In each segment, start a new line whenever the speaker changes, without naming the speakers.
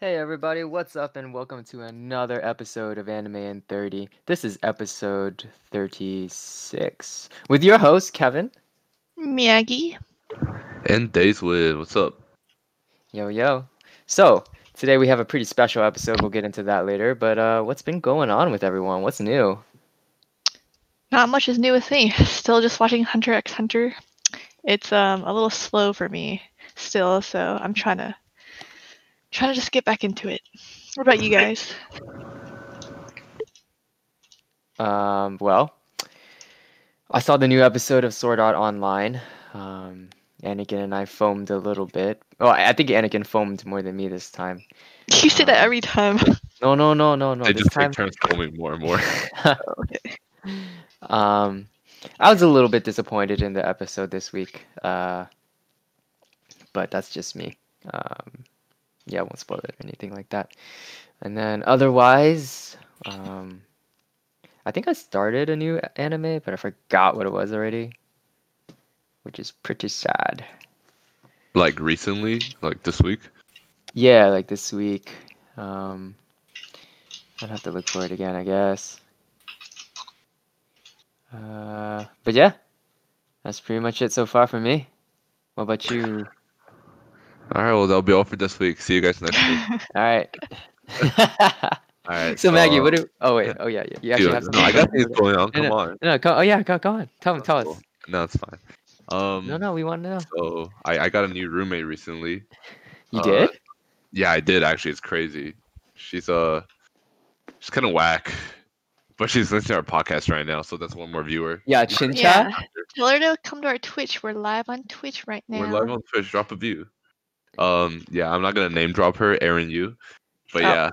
Hey everybody, what's up and welcome to another episode of Anime in 30. This is episode 36 with your host Kevin.
Miyagi.
And Days with what's up?
Yo yo. So, today we have a pretty special episode. We'll get into that later, but uh what's been going on with everyone? What's new?
Not much is new with me. Still just watching Hunter x Hunter. It's um a little slow for me still, so I'm trying to trying to just get back into it. What about you guys?
Um well, I saw the new episode of Sword Art Online. Um Anakin and I foamed a little bit. Oh, I I think Anakin foamed more than me this time.
You say that
Um,
every time.
No, no, no, no, no.
they
this
just
time
take turns filming more and more.
Um, I was a little bit disappointed in the episode this week, uh, but that's just me. Um, yeah, I won't spoil it or anything like that. And then otherwise, um, I think I started a new a- anime, but I forgot what it was already, which is pretty sad.
like recently, like this week.
Yeah, like this week. Um, I'd have to look for it again, I guess. Uh, but yeah, that's pretty much it so far for me. What about you?
All right, well that'll be all for this week. See you guys next week.
All right.
All right.
so Maggie, what
uh,
do? Oh wait. Oh yeah. yeah. You actually
dude,
have
no,
something.
I got things going on.
No,
Come on.
No. Go, oh yeah. Go, go on. Tell me.
That's
Tell
cool.
us.
No, it's fine. Um,
No. No. We want to know.
so I I got a new roommate recently.
You
uh,
did?
Yeah, I did actually. It's crazy. She's uh, she's kind of whack, but she's listening to our podcast right now, so that's one more viewer.
Yeah. Chin
Yeah.
chat.
Tell her to come to our Twitch. We're live on Twitch right now.
We're live on Twitch. Drop a view. Um, yeah, I'm not gonna name drop her, Aaron. You, but
Oh.
yeah,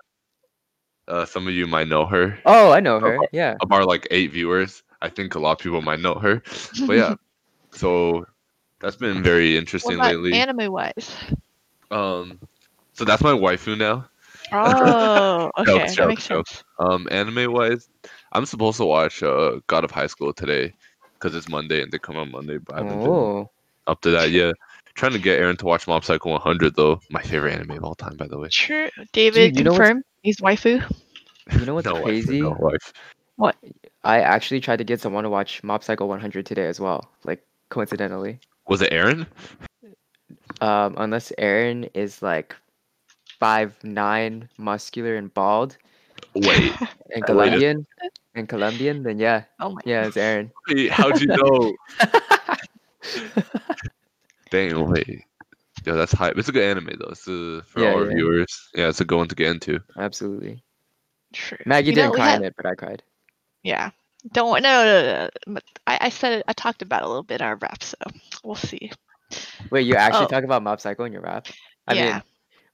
uh, some of you might know her.
Oh, I know her. Yeah.
of our like eight viewers, I think a lot of people might know her. But yeah, so that's been very
What
interesting
about
lately.
anime wise?
um, so that's my waifu now.
Oh, okay,
Joke,
that
joke,
makes
joke.
sense.
Um, anime wise, I'm supposed to watch uh God of High School today because it's Monday and they come on Monday, but I haven't been
Oh.
up to that yet. Trying to get Aaron to watch Mob Psycho 100 though, my favorite anime of all time, by the way.
Sure, David,
you know what's-
confirm he's waifu.
You know what's
No wife,
crazy?
no wife.
I actually tried to get someone to watch Mob Psycho 100 today as well. Like coincidentally.
Was it Aaron?
Um, unless Aaron is like five nine, muscular and bald,
Wait,
and
I waited.
Colombian, and Colombian, then yeah,
Oh my.
yeah, it's Aaron.
wait, how'd you know? Dang, wait. Yo, that's hype. It's a good anime though. It's uh, for
Yeah,
our
yeah.
viewers. Yeah, it's a good one to get into.
Absolutely.
True.
Maggie
You know,
didn't
we
cry
had-
in it, but I cried.
Yeah. Don't want no, no, no, no. But I, I said it. I talked about it a little bit in our rap, so we'll see.
Wait, you actually
Oh.
talk about Mob Psycho in your rap? I
yeah.
mean,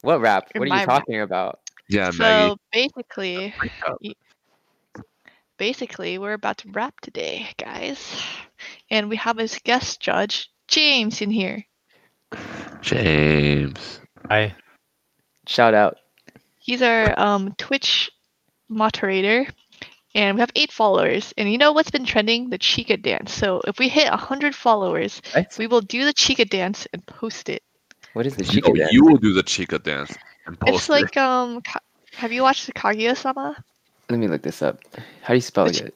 what rap?
In
What are
my
you
rap.
talking about?
Yeah, Maggie.
so basically,
wake up.
basically, we're about to rap today, guys, and we have as guest judge James in here.
James.
Hi.
Shout out.
He's our um, Twitch moderator, and we have eight followers. And you know what's been trending? The Chica dance. So if we hit hundred followers,
What?
we will do the Chica dance and post it.
What is the
You, know,
chicken? dance?
Oh, you will do the chica dance and post
It's
it.
like um, Ka- have you watched the Kaguya-sama?
Let me look this up. How do you spell
Which-
it?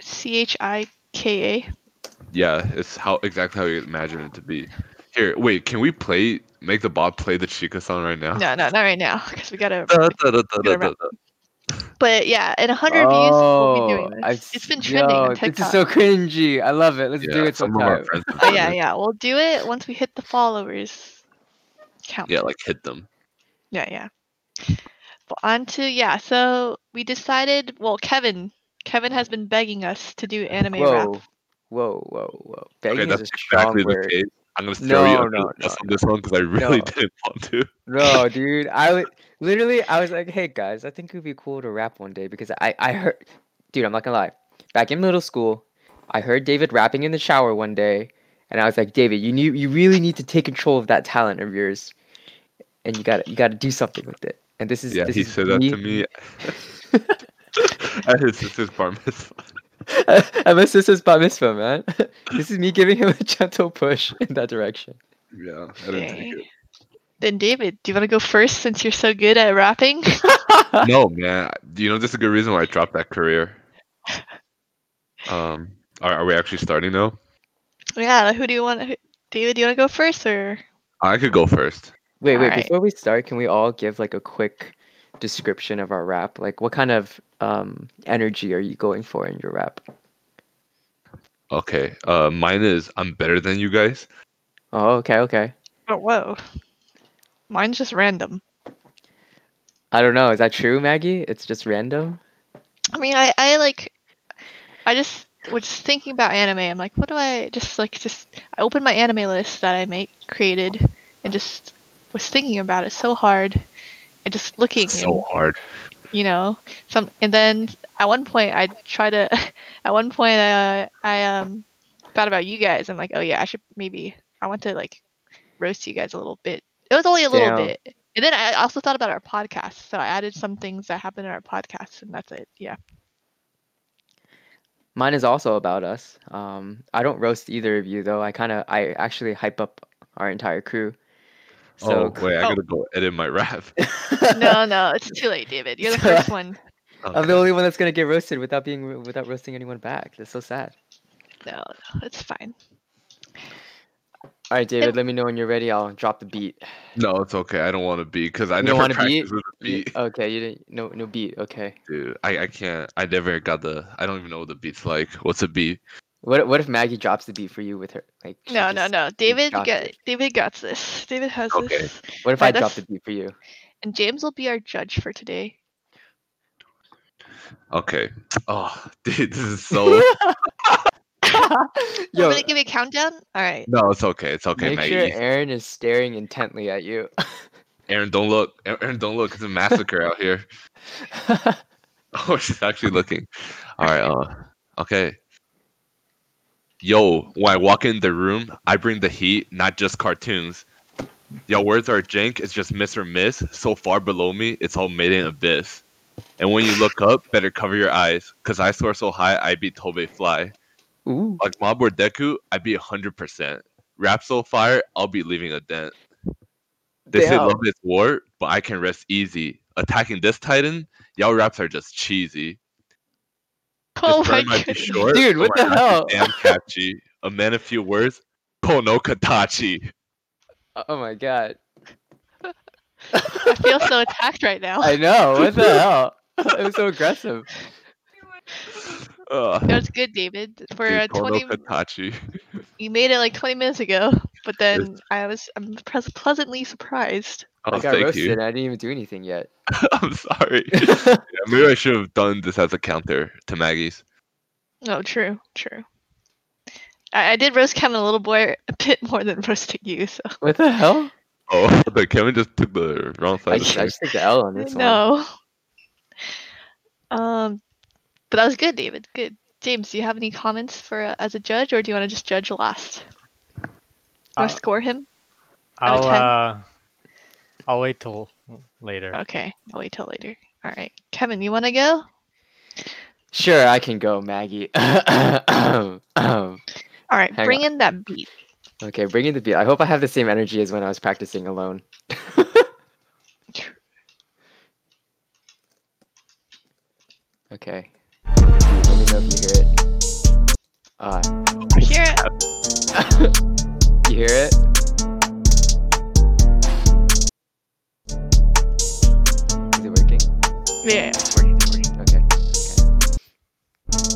C H I K A.
Yeah, it's how exactly how you imagine it to be. Here, wait, can we play make the bot play the chica song right now?
No, no, not right now, because we gotta.
Da, da, da, da, da,
Gotta
da,
wrap.
da.
But yeah, in 100 views, we'll be doing this.
Oh, I've
it's been
s-
trending
yo,
on
This is
TikTok.
so cringy. I love it. Let's do
Yeah,
it
some of
sometime.
our friends have
But
done
yeah,
it.
yeah, we'll do it once we hit the followers count.
Yeah, like hit them.
yeah, yeah. But on to yeah, so we decided. Well, Kevin, Kevin has been begging us to do anime rap.
Whoa, whoa, whoa, whoa. Begging
Okay,
is
that's
a strong
exactly the
word.
case. I'm gonna throw you
No,
under
no,
the bus
no,
on this one because I really
No.
didn't want to.
No, dude. I was literally I was like, hey guys, I think it would be cool to rap one day because I I heard dude, I'm not gonna lie. Back in middle school, I heard David rapping in the shower one day, and I was like, David, you need you really need to take control of that talent of yours, and you gotta you gotta do something with it. And this is
Yeah,
this
he
is
said that
me-
to me at his sister's bar mitzvah.
and my sister's bat mitzvah, man. this is me giving him a gentle push in that direction.
Yeah, I
Dang. Then David, do you want to go first since you're so good at rapping?
no, man. Do You know, this is a good reason why I dropped that career. Um, are, are we actually starting now?
yeah. Who do you want? Who, David, do you want to go first or?
I could go first.
Wait, wait.
Alright.
Before we start, can we all give like a quick description of our rap? Like, what kind of um energy are you going for in your rap?
Okay. Uh, mine is I'm better than you guys.
Oh, okay, okay.
Oh, whoa. Mine's just random.
I don't know. Is that true, Maggie? It's just random.
I mean, I, I like, I just was just thinking about anime. I'm like, what do I just like? Just I opened my anime list that I make created, and just was thinking about it so hard, and just looking,
So hard.
and, you know, some. And then at one point, I try to, at one point, uh, I um thought about you guys. I'm like, oh yeah, I should maybe I want to like roast you guys a little bit. It was only a little
Damn.
bit. And then I also thought about our podcast, so I added some things that happened in our podcast, and that's it. Yeah.
Mine is also about us. Um, I don't roast either of you though. I kind of, I actually hype up our entire crew. So,
oh, wait. I
Oh.
gotta go edit my rap.
no, no, it's too late, David. You're the
So,
first one.
I'm the only one that's gonna get roasted without being ro- without roasting anyone back. That's so sad.
No, no, it's fine.
All right, David. Let me know when you're ready. I'll drop the beat.
No, it's okay. I don't want to be because I
You don't
never
wanna
practiced
be?
with a
You-
beat,
okay, you didn't. No, no beat. Okay.
dude. I, I can't. I never got the. I don't even know what the beat's like. What's a beat?
What What if Maggie drops the beat for you with her? Like she
No, no,
just-
no. David,
got
got,
it.
David got this. David has
Okay.
this.
What if
Yeah,
I drop
that's-
the beat for you?
And James will be our judge for today.
Okay. Oh, dude, this is so.
Yo,
I'm gonna give you a countdown. All right.
no, it's okay. It's okay,
make
Maggie.
sure Aaron is staring intently at you.
Aaron, don't look. Aa- Aaron, don't look. It's a massacre out here. Oh, she's actually looking. All right. Uh, okay. Yo, when I walk in the room, I bring the heat, not just cartoons. Yo, words are jank. It's just miss or miss. So far below me, it's all made in abyss. And when you look up, better cover your eyes, cause I soar so high, I beat Tobe fly.
Ooh.
Like Mob or Deku, I beat hundred percent. Rap so fire, I'll be leaving a dent. They say
Damn.
love is war, but I can rest easy. Attacking this Titan, y'all raps are just cheesy.
Oh
This
my
burn might be
goodness.
short,
Dude, what
but my
the
rap is
hell?
Damn catchy. A man of few words. Kono Katachi.
Oh my god.
I feel so attacked right now.
I know. What the hell? It was so aggressive.
Ugh,
That was good, David. For
dude,
uh,
Kono
20,
Katachi.
you made it like 20 minutes ago, but then I was I'm pres- pleasantly surprised.
Oh,
I got
thank
roasted.
you.
and I didn't even do anything yet.
I'm sorry. Yeah, maybe I should have done this as a counter to Maggie's.
Oh, true, true. I, I did roast Kevin a little boy a bit more than roasting you, so
what the hell?
Oh, but Kevin just took the wrong side
I
of
just,
things.
I just took the L on this one.
no. Um, but that was good, David. Good. James, do you have any comments for uh, as a judge, or do you want to just judge last? You
Uh,
want to score him? Out of
I'll uh, I'll wait till later.
Okay, I'll wait till later. All right, Kevin, you want to go?
Sure, I can go, Maggie. okay,
All right,
Hang
bring in that beat.
bring in the beat. I hope I have the same energy as when I was practicing alone. okay. Let me know if you hear it. Ah,
I hear it.
you hear it? Is it working?
Yeah, yeah, it's working, it's working.
Okay.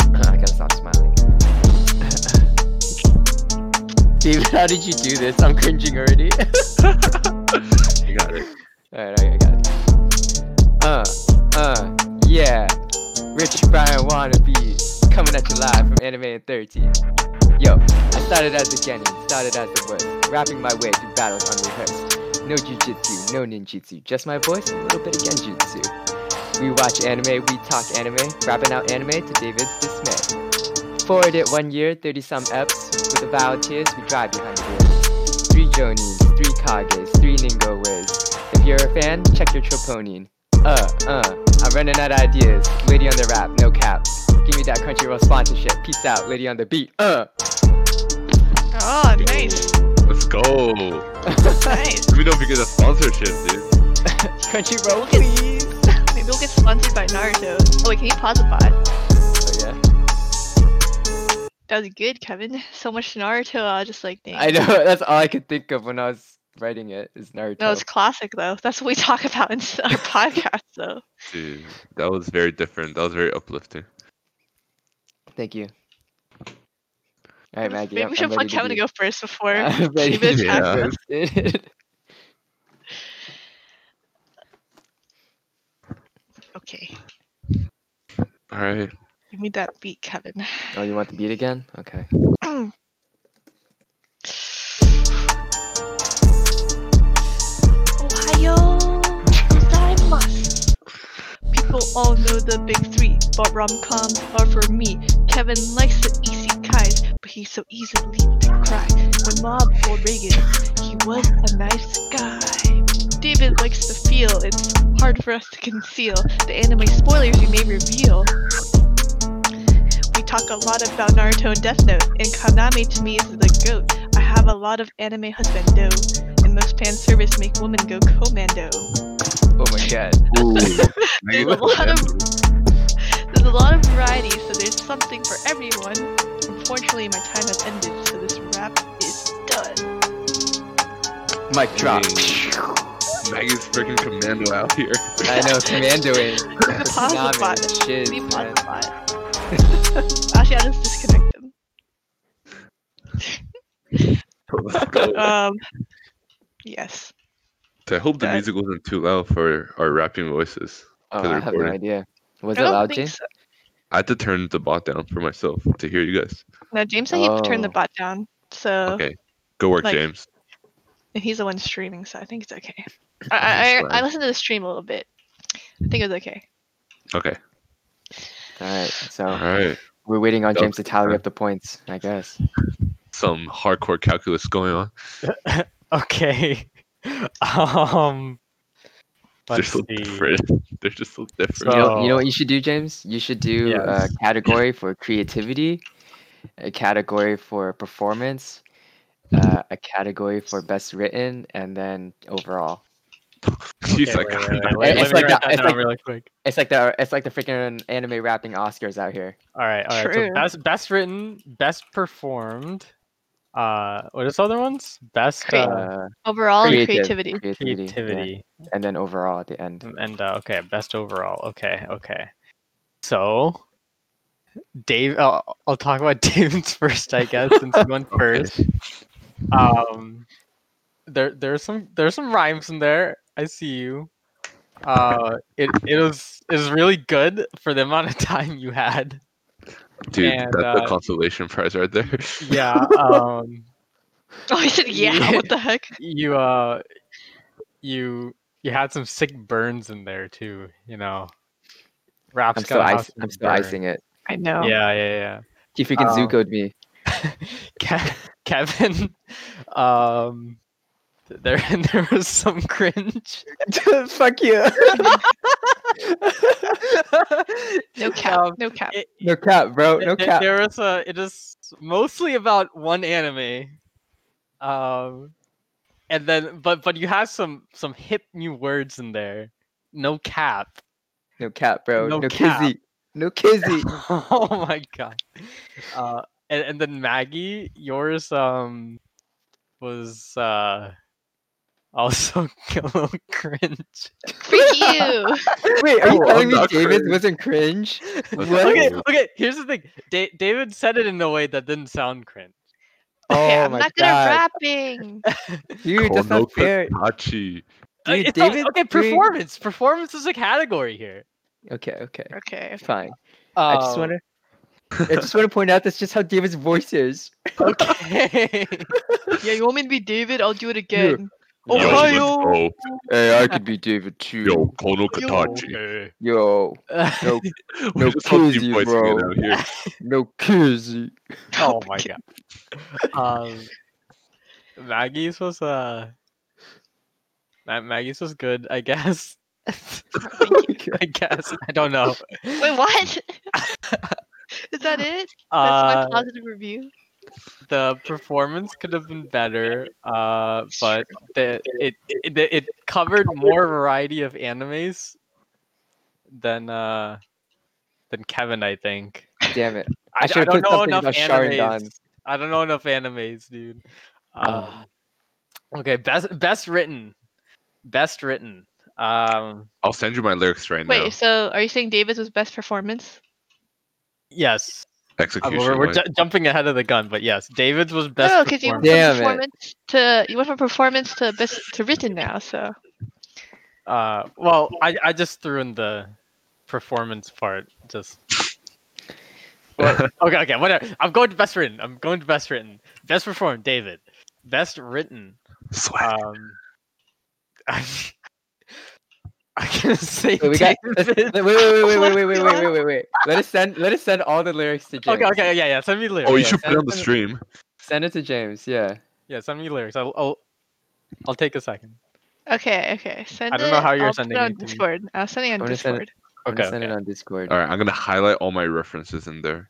okay. I gotta stop smiling. David, how did you do this? I'm cringing already.
You got it.
Alright, I, I got it. Uh, uh, yeah. Rich Brian wannabe coming at you live from Anime and 13. Yo, I started as a genin, started as the worst, rapping my way through battles unrehearsed. No jujitsu, no ninjutsu, just my voice, and a little bit of genjutsu. We watch anime, we talk anime, rapping out anime to David's dismay. Forward it one year, 30 some eps, with the vow tears we dry behind the ears. Three Jonins, three Kages, three Ningo Wiz. If you're a fan, check your troponin. Uh, uh, I'm running out of ideas. Lady on the rap, no cap. Give me that Crunchyroll sponsorship. Peace out, lady on the beat. Uh,
Oh, nice.
it
Let's go. Let
nice.
me know if we get a sponsorship, dude.
Crunchyroll, please.
Maybe we'll get sponsored by Naruto. Oh wait, can you pause the pod?
Oh, yeah.
That was good, Kevin. So much Naruto. I was just like, dang.
I know. That's all I could think of when I was writing it is Naruto.
No, it's classic though. That's what we talk about in s- our podcast though.
Dude, that was very different. That was very uplifting.
Thank you. All right, Maggie.
Maybe
I'm,
we should
I'm
let
ready to
Kevin
be-
go first before
I'm ready
she bitch
Yeah.
after us.
to
Okay.
All right.
Give me that beat, Kevin.
Oh, you want the beat again? Okay.
Ohio gozaimasu. People all know the big three, but rom-coms are for me. Kevin likes the easy guys, but he's so easily to cry. When Mob told Reagan, he was a nice guy. David likes to feel, it's hard for us to conceal. The anime spoilers you may reveal. We talk a lot about Naruto and Death Note, and Konami to me is the goat. I have a lot of anime husbando, and most fan service make women go commando.
Oh my god.
Ooh.
There's a lot of there's a lot of variety, so there's something for everyone. Unfortunately, my time has ended, so this rap is done.
Mic drop.
Maggie's freaking commando out here.
I know, commandoing.
Pause the bot.
Tsunami, shiz,
Leave
man.
pause the bot. Actually, I'll just disconnect them.
Let's go.
Um, yes.
I hope the
that-
music wasn't too loud for our rapping voices.
Oh,
For the
I have no
recording.
idea. Was
I
it
don't
loud,
think
James?
so.
I had to turn the bot down for myself to hear you guys.
No, James said he turned the
Oh.
bot down, so
Okay. Good work,
Like-
James.
and he's the one streaming, so I think it's okay. I I, I, I
fine.
listened to the stream a little bit. I think it was okay.
Okay.
All right.
All
So
right.
we're waiting on
That
James to
was
tally
fun.
up the points, I guess.
Some hardcore calculus going on.
Okay. um.
They're
Let's
so
see.
different. They're just so different.
You know, you know
Oh.
what you should do, James? You should do a
Yes.
category for creativity, a category for performance, uh, a category for best written, and then overall.
She's
Okay,
like,
It's
"God,
wait, wait, wait, wait, Let me
like that-
write that
it's
down
like-
really quick.
It's like the it's like the freaking anime rapping Oscars out here.
All right, all right.
True.
So best best written, best performed. Uh, what is the other ones? Best
Creat-
uh,
Uh,
Overall, and
creative,
creativity.
creativity, yeah.
creativity
and then overall at the end.
and uh, okay, best overall. Okay, okay. So, Dave, uh, I'll talk about David's first, I guess, since he went first. Um, there there's some there's some rhymes in there. I see you. Uh, it it was it was really good for the amount of time you had.
dude,
And,
that's a
uh,
consolation prize right there.
Yeah. Um.
Oh, he said yeah.
Yeah.
What the heck?
you uh you you had some sick burns in there too you know raps
I'm still,
gotta have
ice,
some
I'm still
burn.
icing it.
I know.
yeah yeah
He freaking
Um,
zuko'd me.
yeah Ke- kevin um th- there and there was some cringe
Fuck you.
No cap.
Um,
no cap.
it-
no cap, bro. No
th- th-
cap.
there was a it is mostly about one anime um and then but but you have some some hip new words in there no cap
No cap, bro. No,
No cap.
kizzy. No kizzy.
oh my god. Uh, and, and then Maggie, yours um was uh also a little cringe.
Freak you.
Wait, are you
Oh,
telling
I'm
me
not
David
cringe.
wasn't cringe? What?
Okay,
Oh.
okay. Here's the thing. Da- David said it in a way that didn't sound cringe.
Okay,
Oh
I'm
my
not good
god,
at rapping.
dude, that's not
Konoku
fair.
Tachi.
Uh,
Dude,
it's not-
David's
okay,
doing-
performance. Performance is a category here.
Okay, okay,
Okay.
fine.
Uh,
I just wanna, I just wanna point out that's just how David's voice is.
Uh, Okay.
Yeah, you want me to be David? I'll do it again.
Yo, let's
Ohio.
go.
Hey, I could be David too.
Yo, Konoku
Yo.
Tachi.
Yo,
Uh,
no,
We
No
just have deep
kizzy,
voice
bro.
man out here.
no kizzy.
oh my god. Um, Maggie's was uh, Ma- Maggie's was good, I guess. I guess. I don't know.
Wait, what? Is that it? That's my
Uh,
positive review.
the performance could have been better, uh, but the, it, it it covered more variety of animes than uh, than Kevin, I think.
Damn it.
I,
should've put
don't know
something
enough
about Sharingan.
animes. I don't know enough animes, dude. Um,
Ah.
okay, best best written, best written. Um,
I'll send you my lyrics right
Wait,
now.
so are you saying David's was best performance?
yes, Uh,
Execution.
we're, we're
wise.
ju- jumping ahead of the gun, but yes, David's was best.
no, because Oh, you went
performance.
from
Damn it.
performance to you went from performance to best to written now. So
Uh, well, I, I just threw in the performance part. Just What- okay, okay, whatever. I'm going to best written. I'm going to best written. Best performed, David. Best written.
Ah,
Swag.
Um, I, I can say
Wait, we got. let's-
David.
Wait, wait, wait, wait, wait, wait, wait, wait, wait, wait, wait. Let us send. Let us send all the lyrics to James.
okay, okay, yeah, yeah. Send me lyrics.
oh, you
yeah,
should put
send,
it on the
send-
stream.
Send it to James. Yeah.
yeah, send me lyrics. I'll, I'll, I'll take a second.
okay, okay. Send
I don't know
it,
how you're
I'll put it
sending
on
it to me.
Discord. I'll send it
I'm
on
gonna send it-
Discord.
I'm gonna
Okay,
Send
okay.
it on Discord.
All right, I'm gonna highlight all my references in there.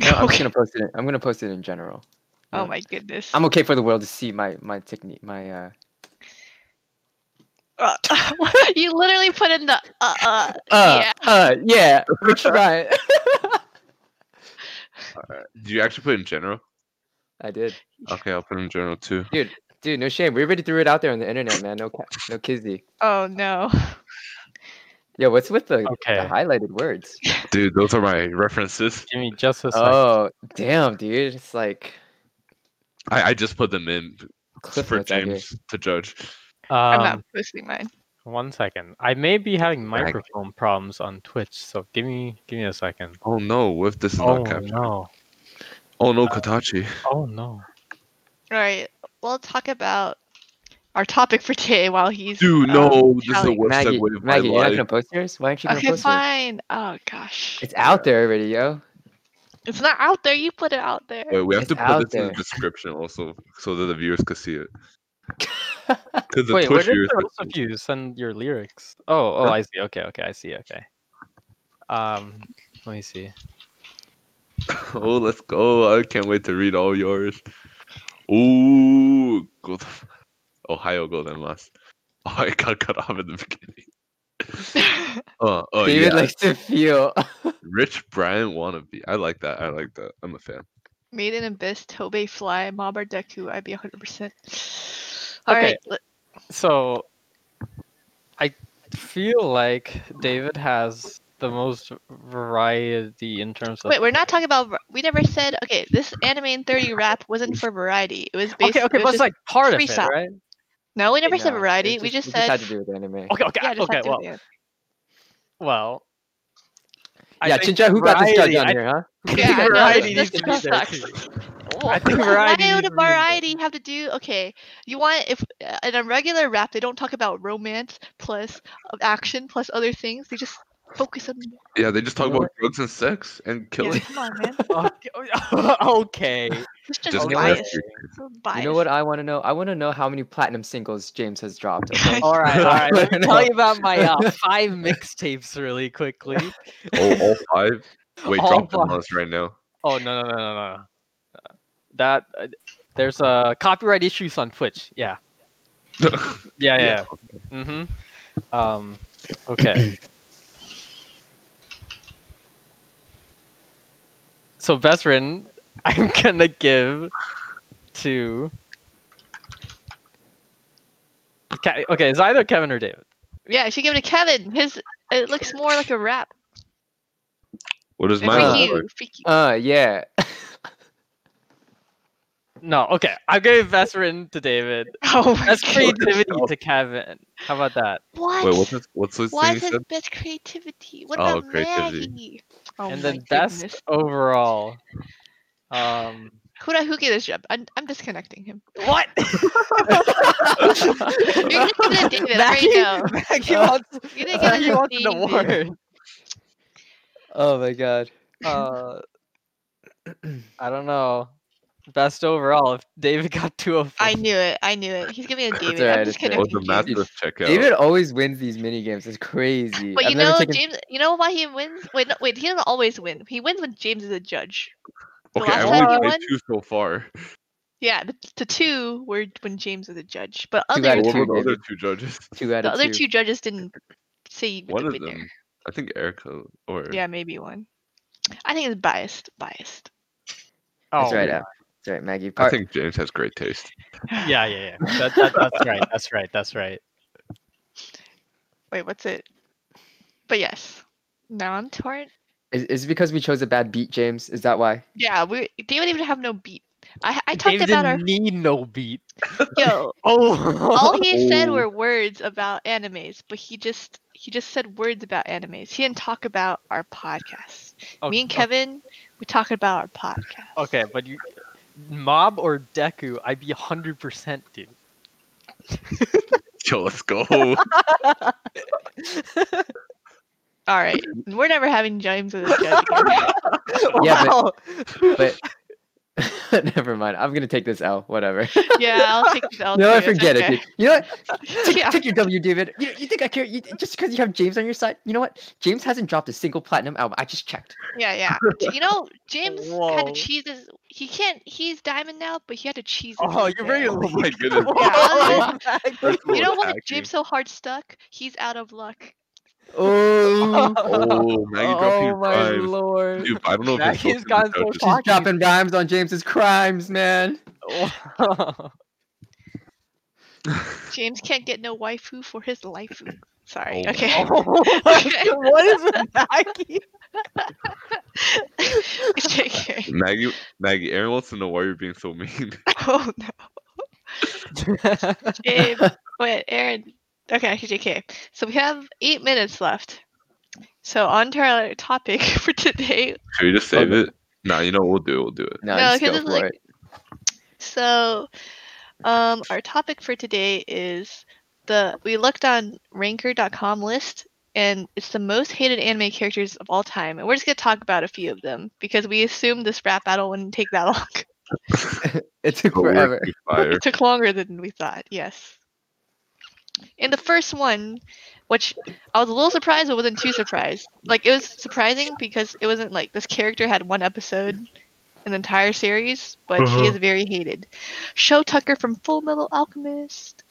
No, I'm just gonna post it. In, I'm gonna post it in general.
Oh my goodness.
I'm okay for the world to see my my technique. My uh.
Uh, you literally put in the uh uh.
Uh,
yeah.
uh, yeah. We're trying.
Did you actually put in general?
I did,
Okay, I'll put in general too.
dude. No shame. We already threw it out there on the internet, man. No, ca- no kizzy.
Oh no.
Yo, what's with the,
Okay.
the highlighted words?
Dude, those are my references.
Uh-huh. Give me just a second.
Oh, damn, dude. It's like
I, I just put them in
cliff
for
notes out here.
James to judge.
I'm
Um,
not posting mine.
One second. I may be having microphone problems on Twitch, so give me give me a second.
Oh no, what if this is
Oh
not captured?
no.
Oh no, Katachi.
Uh,
Oh no.
All right. We'll talk about our topic for today while he's.
Dude,
um,
no, this is the
shouting.
worst
Maggie,
segue of my
Maggie, you're not
life.
gonna post yours? Why aren't you gonna
Okay,
post yours?
fine. Oh gosh.
It's out there already, yo.
It's not out there. You put it out there.
Wait, we have
It's
to put
out
this in
there.
the description also so that the viewers could see it. Because the
Wait, where
Twitch
did
viewers.
the rest of you send your lyrics? Oh, oh,
Huh?
I see. Okay, okay, I see. Okay. Um, let me see.
Oh, let's go. I can't wait to read all yours. Ooh, Golden- Ohio Golden Lost. Oh, I got cut off at the beginning. Oh, oh
David
yeah.
likes to feel.
Rich Brian wannabe. I like that. I like that. I'm a fan.
Made in Abyss, Tobey Fly, Mob or Deku, I'd be 100%.
Okay.
Alright, le-
So, I feel like David has the most variety in terms of.
wait, we're not talking about. var- We never said, okay, this anime in 30 rap wasn't for variety. It was based
okay, okay,
it
but
was just-
it's like part of it,
freestyle.
right?
No, we never said
No,
variety.
it
we just
it
said.
had to do with anime.
Okay, okay,
yeah, it just
okay.
had to
Well,
do with
well. I
yeah,
think
Chincha, who got this
variety-
guy down
I
here, huh?
think
Yeah, no,
variety
this-
needs to be
this
there
sucks.
too.
Well,
I think variety
Why
is
would
really
variety have to do? Okay, you want if uh, in a regular rap they don't talk about romance plus uh, action plus other things. They just focus on.
Yeah, they just talk
know
about drugs and sex and
Yeah,
killing.
come on, man.
okay. okay.
It's just,
Just
Okay.
bias.
character.
So biased.
You know what I want to know? I want to know how many platinum singles James has dropped. Okay?
All right, all right. Let me
No.
tell you about my uh, five mixtapes really quickly.
Oh, all five. Wait,
All
drop them on
five.
us right now.
Oh no no no no no. Uh, That uh, there's uh, copyright issues on Twitch. Yeah. Yeah yeah. Mm-hmm. Um. Okay. so best written, I'm gonna give to. Ke- Okay, it's either Kevin or David.
Yeah, I should give it to Kevin. His it looks more like a rap.
what is
And
mine
my
look like?
Freak you, freak you.
Uh, yeah.
No, okay. I'll give best written to David.
Oh my
That's
God.
creativity to Kevin. How about that?
What?
Wait, what's this, what's this
Why
thing you
is his
said?
best creativity? What
Oh,
about
creativity.
Maggie? Oh
and
my
then best
goodness.
overall. Um,
Who did who gave this job? I'm, I'm disconnecting him.
what?
You're gonna give it to David. There you go.
Maggie wants,
You're gonna give
Maggie
it
wants
to
an
David.
award.
Oh my god.
Uh, I don't know. Best overall. If David got two of
I knew it. I knew it. He's giving it
That's
to David. I'm
alright, it's alright.
Oh,
disconnecting
the
you.
massive checkout.
David always wins these mini games. It's crazy.
But you
I've never
know,
taken-
James. You know why he wins? Wait, no, wait. He doesn't always win. He wins when James is a judge. The
Okay,
last
I've
time
only
you
played
won-
two so far.
Yeah, the, the two were when James was a judge, but
Two
other
out of
What
two,
were the other
David.
two judges?
Two out
the
of
other
two.
two judges didn't say you were
One
the
of
winner.
them. I think Erica or
Yeah, maybe one. I think it's biased. Biased.
That's
Oh,
right.
yeah.
Ab. That's right, Maggie.
I
Part-
think James has great taste.
Yeah, yeah, yeah. That, that, that's right. That's right. That's right.
Wait, what's it? But yes, now I'm torn.
is, is it because we chose a bad beat, James? Is that why?
Yeah, we David even have no beat. I I talked
David
about our
didn't need no beat.
yo.
Oh,
All he said
Oh.
were words about animes, but he just he just said words about animes. He didn't talk about our podcast. Me and Kevin, we talked about our podcast.
Oh, Okay, but you, Mob or Deku? I'd be hundred percent, dude.
Yo, let's go. Oh All
All right, we're never having James as a judge. Again.
Yeah, but-
Wow.
But never mind. I'm gonna take this L. Whatever.
yeah, I'll take the L.
no, I
too, it's
forget
okay.
it. Dude. You know what? Take,
Yeah.
take your W, David. You, you think I care? You, just because you have James on your side, you know what? James hasn't dropped a single platinum album. I just checked.
Yeah, yeah. D- You know, James had
Whoa.
to cheese his. He can't. He's diamond now, but he had to cheese. his
Oh,
way
you're
there.
very.
Oh my goodness.
Yeah. You know
what?
what? James so hard stuck. He's out of luck.
Oh,
Oh, Maggie dropped you
my
five.
lord!
Dude, I don't know if
Maggie's
insulting
gone
the
so
judges.
far.
She's dropping dimes on James's crimes, man.
Oh
James can't get no waifu for his waifu. Sorry.
Oh my
okay.
what is it, Maggie?
It's JK.
Maggie, Maggie, Aaron wants to know why you're being so mean.
Oh no. James. Wait, Aaron. Okay, JK. So we have eight minutes left. So on to our topic for today,
Should we just save it? Nah, you know we'll do it. We'll do it.
No,
No,
just
'cause
go
it's
for
like-
it.
So, um, our topic for today is the we looked on Ranker.com list, and it's the most hated anime characters of all time, and we're just gonna talk about a few of them because we assumed this rap battle wouldn't take that long.
It took
Go work,
forever.
you Fire.
it took longer than we thought. Yes. And the first one, which I was a little surprised, but wasn't too surprised. Like it was surprising because it wasn't like this character had one episode in the entire series, but
Uh-huh.
he is very hated. Show Tucker from Full Metal Alchemist.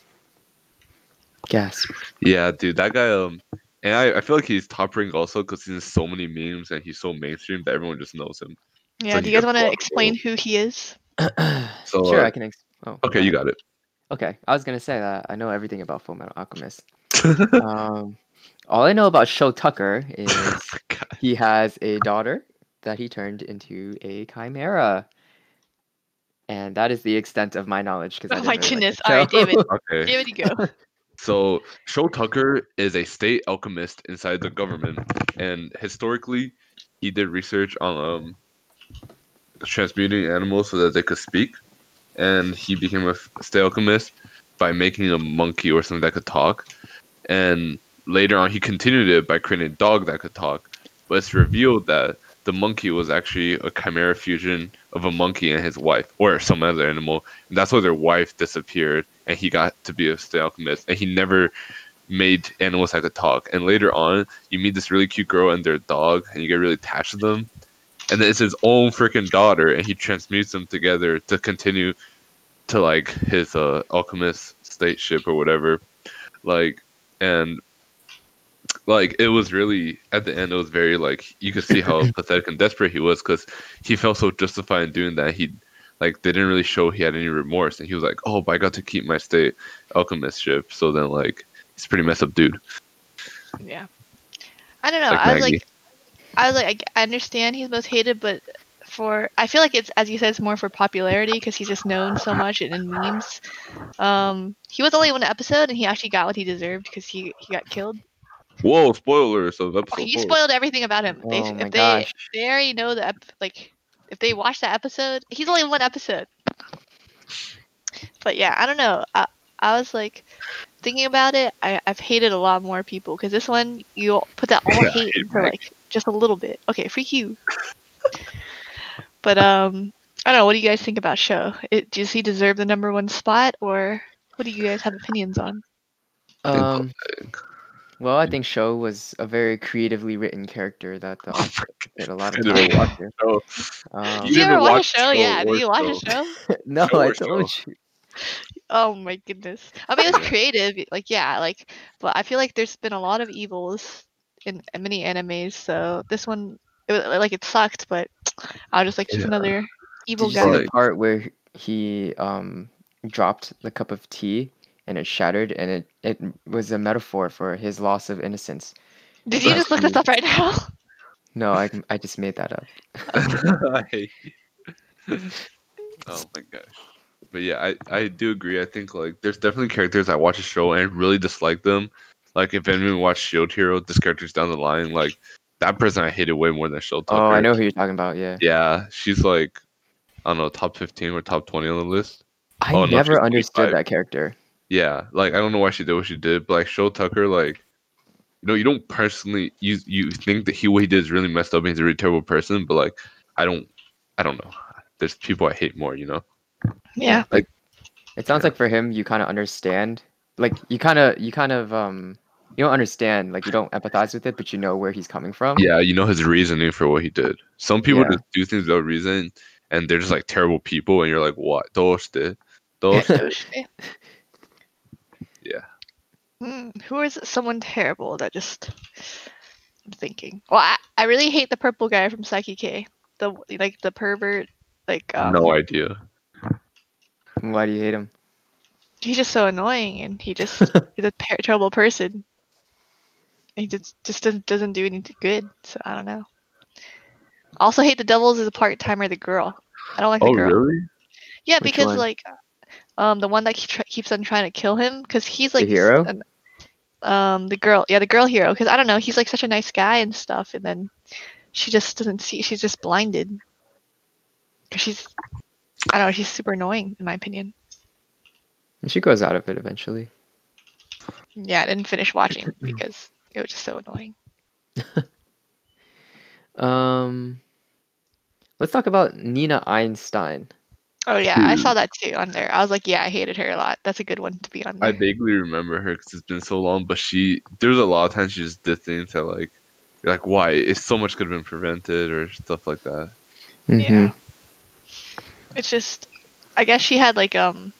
Gasp.
Yeah, dude, that guy. Um, and I, I feel like he's top rank also because he's in so many memes and he's so mainstream that everyone just knows him.
Yeah,
So
do
he
you guys
gets
want
a lot
to
of
explain who he is?
So
sure,
uh,
I can. Ex- oh,
okay, you got it.
Okay, I was gonna say that I know everything about Full Metal Alchemist. um, all I know about Show Tucker is
God.
he has a daughter that he turned into a chimera, and that is the extent of my knowledge. Because
Oh my goodness! All right, David,
Okay.
David, you go.
So, Sho Tucker is a state alchemist inside the government, and historically, he did research on um, transmuting animals so that they could speak, and he became a f- state alchemist by making a monkey or something that could talk, and later on, he continued it by creating a dog that could talk. But it's revealed that the monkey was actually a chimera fusion of a monkey and his wife, or some other animal, and that's why their wife disappeared, and he got to be a state alchemist, and he never made animals that could talk. And later on, you meet this really cute girl and their dog, and you get really attached to them. And then it's his own freaking daughter, and he transmutes them together to continue to like his uh, alchemist stateship or whatever. Like, and like it was really at the end, it was very like you could see how pathetic and desperate he was because he felt so justified in doing that. He like they didn't really show he had any remorse, and he was like, "Oh, but I got to keep my state alchemist ship." So then, like, he's a pretty messed up, dude.
Yeah. I don't know.
Like
I was
Maggie.
like, I was like, I understand he's most hated, but for I feel like it's as you said, it's more for popularity because he's just known so much and in memes. Um, he was only in one episode and he actually got what he deserved because he he got killed.
Whoa, spoilers of episode.
Okay, you
four.
spoiled everything about him. They,
Oh
if
my
they
gosh.
they already know the ep- like if they watch that episode, he's only in one episode. But yeah, I don't know. I I was like thinking about it. I I've hated a lot more people because this one you put that all
Yeah, I
hate
hate
into
Mac.
like just a little bit. Okay, freak you. but um, I don't know. What do you guys think about show? It, does he deserve the number one spot or? What do you guys have opinions on?
Um, Well, I think Sho was a very creatively written character that the author did a lot of
I never
time to.
Oh,
Um,
Did you
never
ever watch a
watched
show?
Show
Yeah,
or
did you watch a
Show.
show?
no,
Sho
I
or
told you.
Oh my goodness. I mean, it's
Yeah.
creative. Like, yeah, like, but I feel like there's been a lot of evils in in many animes. So this one, it was like it sucked, but I was just like just
Yeah.
another evil
Did you see
guy.
the
Like-
part where he um dropped the cup of tea and it shattered and it it was a metaphor for his loss of innocence.
Did you just look this up right now?
No, I I just made that up.
I hate you. oh my gosh. But yeah, I, I do agree. I think like there's definitely characters I watch a show and really dislike them. Like if anyone watched Shield Hero, this character's down the line, like that person I hated way more than Shield
Oh, I
Tucker.
know who you're talking about. Yeah.
Yeah, she's like I don't know, top fifteen or top twenty on the list.
I
Oh, no,
never
she's
understood
25.
that character.
Yeah, like I don't know why she did what she did, but like Show Tucker, like you know, you don't personally you you think that he what he did is really messed up and he's a really terrible person, but like I don't I don't know. There's people I hate more, you know.
Yeah.
It sounds
Yeah.
like for him, you kind of understand. Like you kind of you kind of um you don't understand. Like you don't empathize with it, but you know where he's coming from.
Yeah, you know his reasoning for what he did. Some people
Yeah.
just do things without reason, and they're just like terrible people, and you're like, what? Doste? Doste?
Oh,
Yeah.
Hmm, who is someone terrible that just I'm thinking. Well, I, I really hate the purple guy from Psyche K. The like the pervert like um,
no idea.
Why do you hate him?
he's just so annoying and he just he's a ter- terrible person he just just doesn't, doesn't do anything good so i don't know I also hate the devils is a part-timer the girl i don't like the
Oh,
girl
really?
yeah
Which
because
one?
like um the one that keep try- keeps on trying to kill him because he's like s-
hero?
an- um the girl yeah the girl hero because i don't know he's like such a nice guy and stuff and then she just doesn't see she's just blinded because she's i don't know she's super annoying in my opinion
She goes out of it eventually.
yeah i didn't finish watching because it was just so annoying
Um, let's talk about Nina Einstein.
Oh yeah, I saw that too on there. I was like, yeah, I hated her a lot. That's a good one to be on.
I
There.
vaguely remember her because it's been so long, but she, there's a lot of times she just did things that, like, you're like, why? It's so much could have been prevented or stuff like that. Mm-hmm.
Yeah. It's just, I guess she had like um,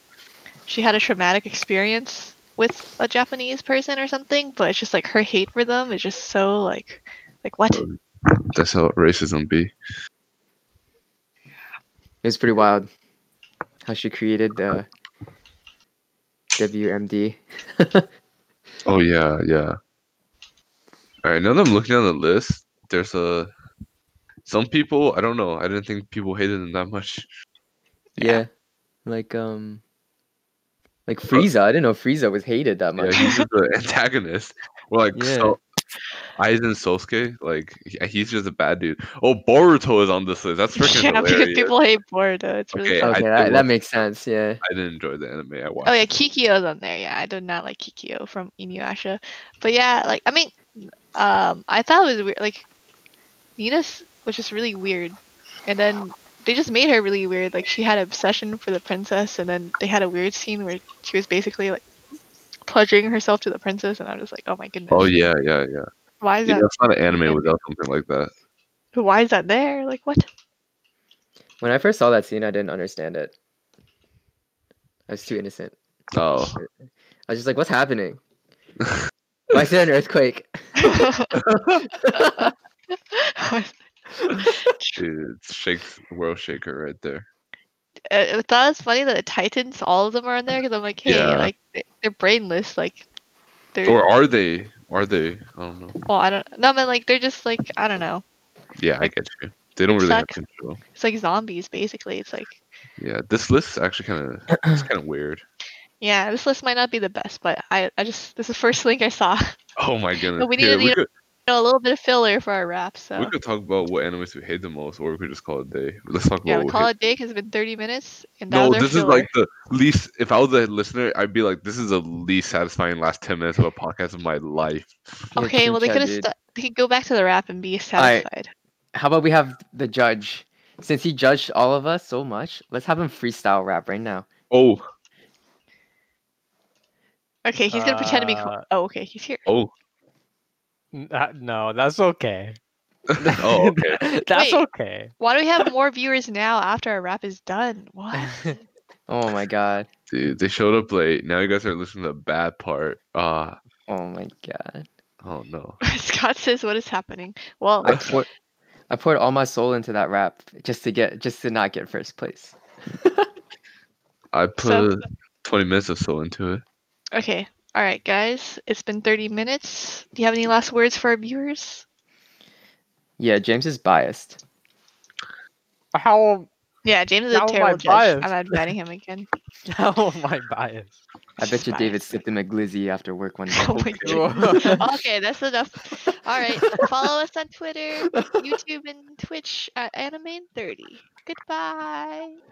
she had a traumatic experience with a Japanese person or something. But it's just like her hate for them is just so like, like what?
Oh, That's how racism be.
It was pretty wild how she created the WMD.
Oh, yeah, yeah. All right, now that I'm looking at the list, there's a, some people, I don't know, I didn't think people hated them that much.
Yeah. Like um like Frieza. I didn't know Frieza was hated that
Yeah,
much.
he's just the antagonist. We're like,
Yeah.
so, Aizen Sosuke, like he- he's just a bad dude. Oh, Boruto is on this list. That's freaking
yeah, because
hilarious.
people hate Boruto. It's really.
Okay,
dumb.
I
okay,
did
that, that
watch-
makes sense. Yeah.
I didn't enjoy the anime. I watched.
Oh yeah, Kikyo's on there. Yeah, I did not like Kikyo from Inuyasha, but yeah, like I mean, um, I thought it was weird. Like Nina's was just really weird, and then they just made her really weird. Like she had an obsession for the princess, and then they had a weird scene where she was basically like pledging herself to the princess, and I was like, oh my goodness,
Oh yeah, yeah, yeah.
why is
yeah
that?
that's not an anime without something like that.
Why is that there? Like what?
When I first saw that scene, I didn't understand it. I was too innocent.
Oh,
I was just like, "What's happening? Why is there an earthquake?"
dude, it's shakes world shaker right there.
I I thought it was funny that the Titans, all of them are on there because I'm like, hey,
Yeah.
like they- they're brainless, like they're.
Or are they? Are they? I don't know.
well, I don't. No, but like they're just like I don't know.
Yeah, I get you. They don't really have
Sucks.
control.
It's like zombies basically. It's like
Yeah, this list is actually kind of it's kind of weird.
yeah, this list might not be the best, but I I just this is the first link I saw.
Oh my goodness.
we
Here,
needed
we
to-
could-
know, a little bit of filler for our wrap.
We
So
could talk about what animes we hate the most, or we could just call it a day. Let's talk about
yeah,
what
we
hate-
call it day because it's been 30 minutes, and that
No,
was our
this is
filler.
like the least. If I was a listener, I'd be like, "This is the least satisfying last ten minutes of a podcast of my life."
Yeah,
okay, well they
Chincha,
could have
dude.
stu- they could go back to the wrap and be satisfied.
How about we have the judge? Since he judged all of us so much, let's have him freestyle rap right now.
Oh,
Okay, he's gonna pretend to be. Cool.
Uh,
Oh, okay, he's here.
oh,
N- uh, no, that's okay.
oh, okay.
That's
Wait.
okay.
Why do we have more viewers now after our rap is done? What?
Oh my god.
Dude, they showed up late. Now you guys are listening to the bad part. Uh,
Oh my god.
oh no.
Scott says, "What is happening?" Well,
I poured, I poured all my soul into that rap just to get just to not get first place.
I put
So-
20 minutes of soul into it.
okay, all right, guys. It's been 30 minutes. Do you have any last words for our viewers?
Yeah, James is biased.
how
Yeah, James is
Now
a
my
terrible judge.
bias.
I'm not banning him again.
how am I biased?
I bet you
Biased.
David sipped him a glizzy after work one
Oh
day.
my okay, that's enough. All right, follow us on Twitter, YouTube, and Twitch at Anime30. Goodbye.